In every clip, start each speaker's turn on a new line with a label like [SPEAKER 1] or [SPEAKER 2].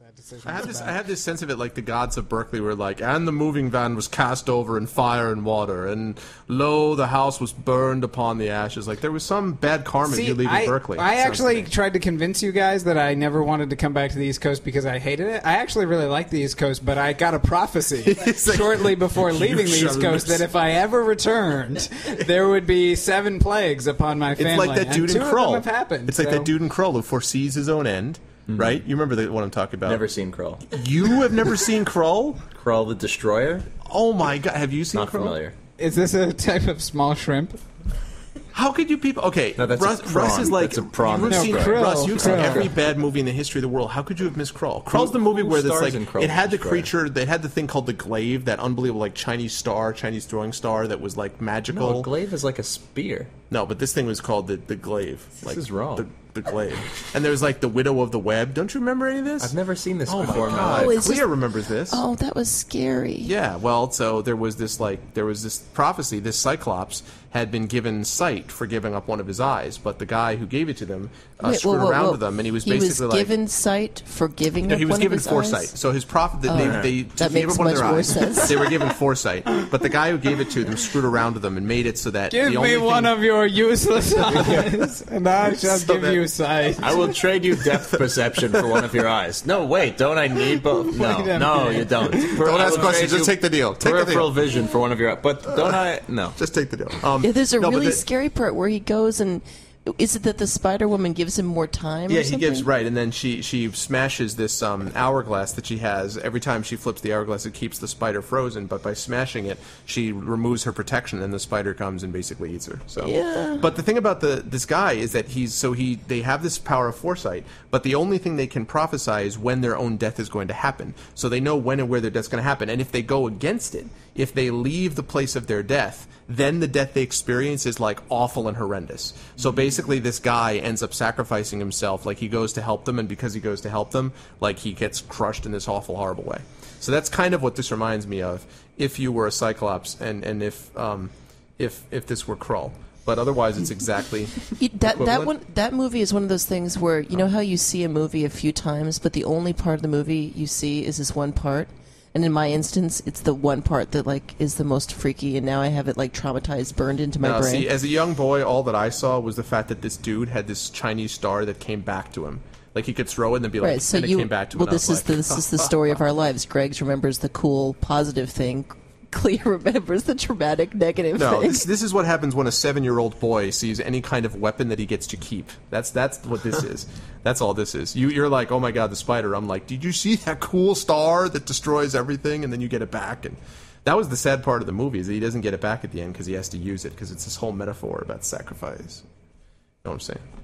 [SPEAKER 1] that decision.
[SPEAKER 2] I have
[SPEAKER 1] was
[SPEAKER 2] this.
[SPEAKER 1] bad.
[SPEAKER 2] I have this sense of it, like the gods of Berkeley were like, and the moving van was cast over in fire and water, and lo, the house was burned upon the ashes. Like there was some bad karma if you leaving
[SPEAKER 1] I,
[SPEAKER 2] Berkeley.
[SPEAKER 1] I
[SPEAKER 2] it sounds
[SPEAKER 1] actually
[SPEAKER 2] to me.
[SPEAKER 1] tried to convince you guys that I never wanted to come back to the East Coast because I hated it. I actually really liked the East Coast, but I got a prophecy
[SPEAKER 2] like,
[SPEAKER 1] shortly before
[SPEAKER 2] "You
[SPEAKER 1] leaving the
[SPEAKER 2] shall
[SPEAKER 1] East Coast
[SPEAKER 2] lose."
[SPEAKER 1] that if I ever returned, there would be seven plagues upon my
[SPEAKER 2] It's
[SPEAKER 1] family.
[SPEAKER 2] like that
[SPEAKER 1] And
[SPEAKER 2] dude
[SPEAKER 1] two
[SPEAKER 2] in Kroll.
[SPEAKER 1] Of them have happened.
[SPEAKER 2] it's like
[SPEAKER 1] so-
[SPEAKER 2] that dude in Kroll who foresees his own end, right? You remember the, what I'm talking about?
[SPEAKER 3] Never seen Kroll.
[SPEAKER 2] You have never seen Kroll?
[SPEAKER 3] Kroll the Destroyer?
[SPEAKER 2] Oh my god, have you seen
[SPEAKER 3] Not
[SPEAKER 2] Kroll?
[SPEAKER 3] familiar.
[SPEAKER 1] Is this a type of small shrimp?
[SPEAKER 2] How could you people? Okay,
[SPEAKER 3] No, that's a
[SPEAKER 2] Russ,
[SPEAKER 3] prawn.
[SPEAKER 2] Russ is like
[SPEAKER 3] That's a prawn
[SPEAKER 2] You've
[SPEAKER 3] that's
[SPEAKER 2] seen,
[SPEAKER 1] destroyed.
[SPEAKER 2] Russ,
[SPEAKER 1] Krill.
[SPEAKER 2] you've seen
[SPEAKER 1] Krill.
[SPEAKER 2] every bad movie in the history of the world. How could you have missed Crawl? Crawl's the
[SPEAKER 3] Who-
[SPEAKER 2] movie
[SPEAKER 3] who
[SPEAKER 2] where this
[SPEAKER 3] stars
[SPEAKER 2] like
[SPEAKER 3] in Krill
[SPEAKER 2] it had the
[SPEAKER 3] Destroyer?
[SPEAKER 2] creature. They had the thing called the glaive, that unbelievable like Chinese star, Chinese throwing star that was like magical.
[SPEAKER 3] No, a glaive is like a spear.
[SPEAKER 2] No, but this thing was called the the glaive. like,
[SPEAKER 3] is wrong.
[SPEAKER 2] The, the glaive, and there was like the widow of the web. Don't you remember any of this?
[SPEAKER 3] I've never seen this
[SPEAKER 2] Oh my
[SPEAKER 3] before. in
[SPEAKER 2] god,
[SPEAKER 3] life.
[SPEAKER 2] Clea
[SPEAKER 4] it's just-
[SPEAKER 2] remembers this.
[SPEAKER 4] Oh, that was scary.
[SPEAKER 2] Yeah, well, so there was this like there was this prophecy. This Cyclops had been given sight for giving up one of his eyes, but the guy who gave it to them uh,
[SPEAKER 4] Wait, whoa,
[SPEAKER 2] screwed
[SPEAKER 4] whoa,
[SPEAKER 2] around
[SPEAKER 4] whoa.
[SPEAKER 2] with them, and he was
[SPEAKER 4] he
[SPEAKER 2] basically
[SPEAKER 4] was
[SPEAKER 2] like
[SPEAKER 4] given sight for giving
[SPEAKER 2] no,
[SPEAKER 4] up
[SPEAKER 2] he was
[SPEAKER 4] one
[SPEAKER 2] given
[SPEAKER 4] of his
[SPEAKER 2] foresight.
[SPEAKER 4] eyes?
[SPEAKER 2] So his prophet, they, they, they
[SPEAKER 4] That
[SPEAKER 2] gave
[SPEAKER 4] makes
[SPEAKER 2] up one of their
[SPEAKER 4] much more
[SPEAKER 2] eyes.
[SPEAKER 4] sense.
[SPEAKER 2] They were given foresight, but the guy who gave it to them screwed around with them and made it so that
[SPEAKER 1] Give
[SPEAKER 2] the only
[SPEAKER 1] me
[SPEAKER 2] thing-
[SPEAKER 1] one of your useless eyes, and I shall
[SPEAKER 2] So
[SPEAKER 1] give
[SPEAKER 2] that-
[SPEAKER 1] you sight.
[SPEAKER 3] I will trade you depth perception for one of your eyes. No, wait, don't I need both?
[SPEAKER 1] Wait
[SPEAKER 3] No,
[SPEAKER 1] a
[SPEAKER 3] no, you don't.
[SPEAKER 2] Don't ask questions. Just take the deal. Take the
[SPEAKER 3] peripheral
[SPEAKER 2] deal.
[SPEAKER 3] vision for one of your eyes. But don't I? No.
[SPEAKER 2] Just take the deal. Um,
[SPEAKER 4] Yeah, there's a
[SPEAKER 2] no, but
[SPEAKER 4] really
[SPEAKER 2] the-
[SPEAKER 4] scary part where he goes and is it that the Spider Woman gives him more time? or
[SPEAKER 2] Yeah, he
[SPEAKER 4] something?
[SPEAKER 2] gives right, and then she she smashes this um, hourglass that she has. Every time she flips the hourglass, it keeps the spider frozen. But by smashing it, she removes her protection, and the spider comes and basically eats her. So,
[SPEAKER 4] Yeah.
[SPEAKER 2] but the thing about the this guy is that he's so he they have this power of foresight, but the only thing they can prophesy is when their own death is going to happen. So they know when and where their death's going to happen, and if they go against it, if they leave the place of their death, then the death they experience is like awful and horrendous. So basically, this guy ends up sacrificing himself. Like he goes to help them, and because he goes to help them, like he gets crushed in this awful, horrible way. So that's kind of what this reminds me of. If you were a Cyclops, and and if um, if if this were Krull, but otherwise, it's exactly
[SPEAKER 4] It- that that
[SPEAKER 2] equivalent.
[SPEAKER 4] one that movie is one of those things where you know how you see a movie a few times, but the only part of the movie you see is this one part. And in my instance, it's the one part that like is the most freaky, and now I have it like traumatized, burned into my
[SPEAKER 2] Now,
[SPEAKER 4] brain.
[SPEAKER 2] uh, see, as a young boy, all that I saw was the fact that this dude had this Chinese star that came back to him. Like he could throw it and then be like,
[SPEAKER 4] right, so
[SPEAKER 2] and it
[SPEAKER 4] you
[SPEAKER 2] came back to him.
[SPEAKER 4] well,
[SPEAKER 2] and I
[SPEAKER 4] this
[SPEAKER 2] was
[SPEAKER 4] is
[SPEAKER 2] like,
[SPEAKER 4] the, this is the story of our lives. Greg's remembers the cool, positive thing. Clea remembers the traumatic, negative
[SPEAKER 2] No,
[SPEAKER 4] thing.
[SPEAKER 2] this, this is what happens when a seven-year-old boy sees any kind of weapon that he gets to keep. That's that's what this is. That's all this is. You, you're like, oh my god, the spider. I'm like, did you see that cool star that destroys everything? And then you get it back, and that was the sad part of the movie is that he doesn't get it back at the end because he has to use it because it's this whole metaphor about sacrifice. You know what I'm saying?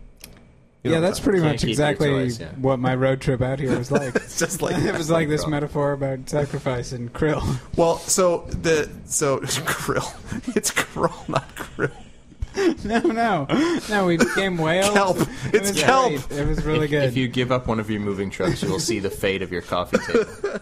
[SPEAKER 2] You know
[SPEAKER 1] yeah,
[SPEAKER 2] what I'm
[SPEAKER 1] that's
[SPEAKER 2] talking-
[SPEAKER 1] pretty
[SPEAKER 3] Can't
[SPEAKER 1] much
[SPEAKER 3] keep your
[SPEAKER 1] exactly
[SPEAKER 3] toys, yeah.
[SPEAKER 1] what my road trip out here was like.
[SPEAKER 2] It's just like
[SPEAKER 1] it
[SPEAKER 2] that.
[SPEAKER 1] was like this metaphor about sacrifice and krill.
[SPEAKER 2] Well, so the so krill. It's krill, not krill.
[SPEAKER 1] No, no, no. We became whales.
[SPEAKER 2] Kelp.
[SPEAKER 1] It
[SPEAKER 2] It's
[SPEAKER 1] was
[SPEAKER 2] kelp.
[SPEAKER 1] great. It was really
[SPEAKER 3] If
[SPEAKER 1] good.
[SPEAKER 3] you give up one of your moving trucks, you will see the fate of your coffee table.